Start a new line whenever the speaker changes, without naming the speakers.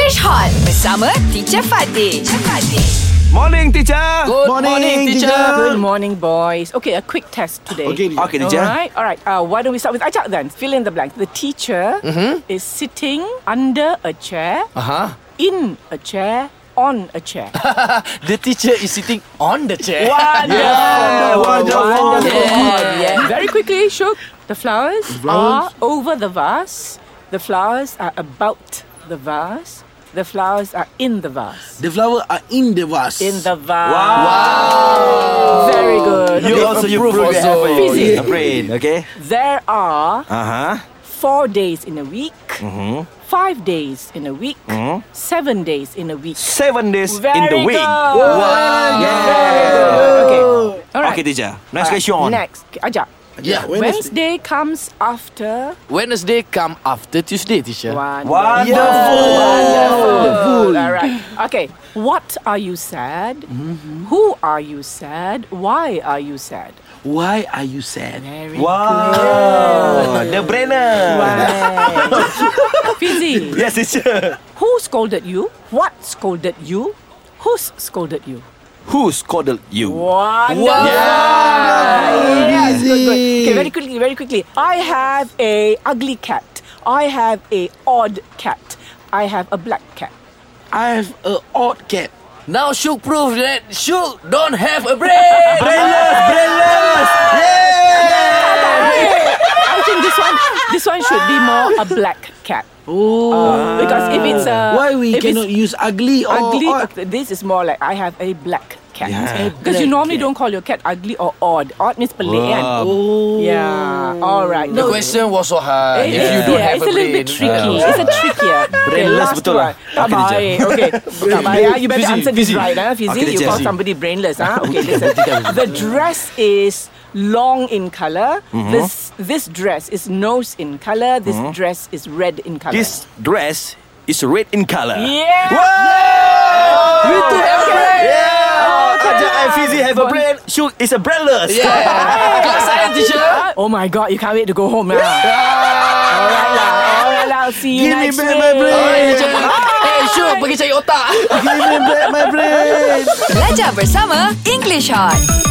Fresh Hot bersama Teacher Fatih. Teacher Fatih.
Morning teacher.
Good
Morning,
morning, teacher.
teacher.
Good morning, boys. Okay, a quick test today.
Okay,
Okay teacher.
All right, all right. Uh, why don't we start with Ajak then? Fill in the blank. The teacher is sitting under a chair,
Uh-huh.
in a chair, on a chair. Ah,
The teacher is sitting on the chair.
wonderful,
Yeah, wonderful.
Yeah. Very quickly, Shuk. The flowers, are over the vase. The flowers are about the vase. The flowers are in the vase.
The flower are in the vase.
In the vase.
Wow.
Very good.
You
Okay.
also you
approve
prove your
also.
effort.
Busy.
Your brain, okay?
There
Uh
are
huh.
four days in a week, Mm-hmm. five days in a week, seven days in a week.
Seven days
Very
in the
good.
week.
Wow. Very good. Okay. All right.
Okay teacher. Next
All right.
question.
Next, Okay, Ajak.
yeah, Wednesday.
Wednesday comes after
Wednesday come after Tuesday, teacher.
one.
Wonderful.
Wonderful. All right. Okay. What are you sad? Who are you sad? Why are you sad?
Why are you sad?
Very
Wow. The brainer.
Right. Fizzy,
Yes teacher.
who scolded you? What scolded you? Who's scolded you?
Who scolded you?
Wonderful. Ah, Yes, good, good. Okay, very quickly, very quickly. I have a ugly cat. I have a odd cat. I have a black cat.
I have a odd cat.
Now Shuk prove that Shuk don't have a brain.
Brainless, brainless.
I think this one, this one should be more a black cat. Uh,
Oh.
Because if it's a
Why we
if it's
cannot use ugly or
ugly,
odd?
okay, this is more like I have a black cat.
Yeah. A
Because you normally don't call your cat ugly or odd. Odd means pelik kan?
Wow.
Oh.
Yeah. All right.
The question was so hard.
It is,
Uh, if you don't
yeah,
have
it's
a
a little
brain. uh,
bit tricky. It's a trickier. Okay,
Brainless
last
betul lah.
one. Tak
Okay, teacher.
baik. Okay. Tak baik. ah. You better
Fizi,
answer this
Fizi.
right, ah, Fizi.
Okay,
You
teacher.
call somebody brainless, ah. Okay, listen. The dress is long in color.
Mm-hmm.
This this dress is nose in color. This dress is red in color.
This dress is red in color.
Yeah.
Wow.
You two have a brain.
Yeah. Ajak and Fizi have a brain. Shuk is a brainless.
Yeah. Class science, teacher.
Oh my god, you can't wait to go home, man. Alright lah, alright lah. I'll see you
Give me
next week.
back my brain.
Alright, teacher. Hey Shuk, pergi cari otak.
Give me back my brain.
Belajar bersama English Hot.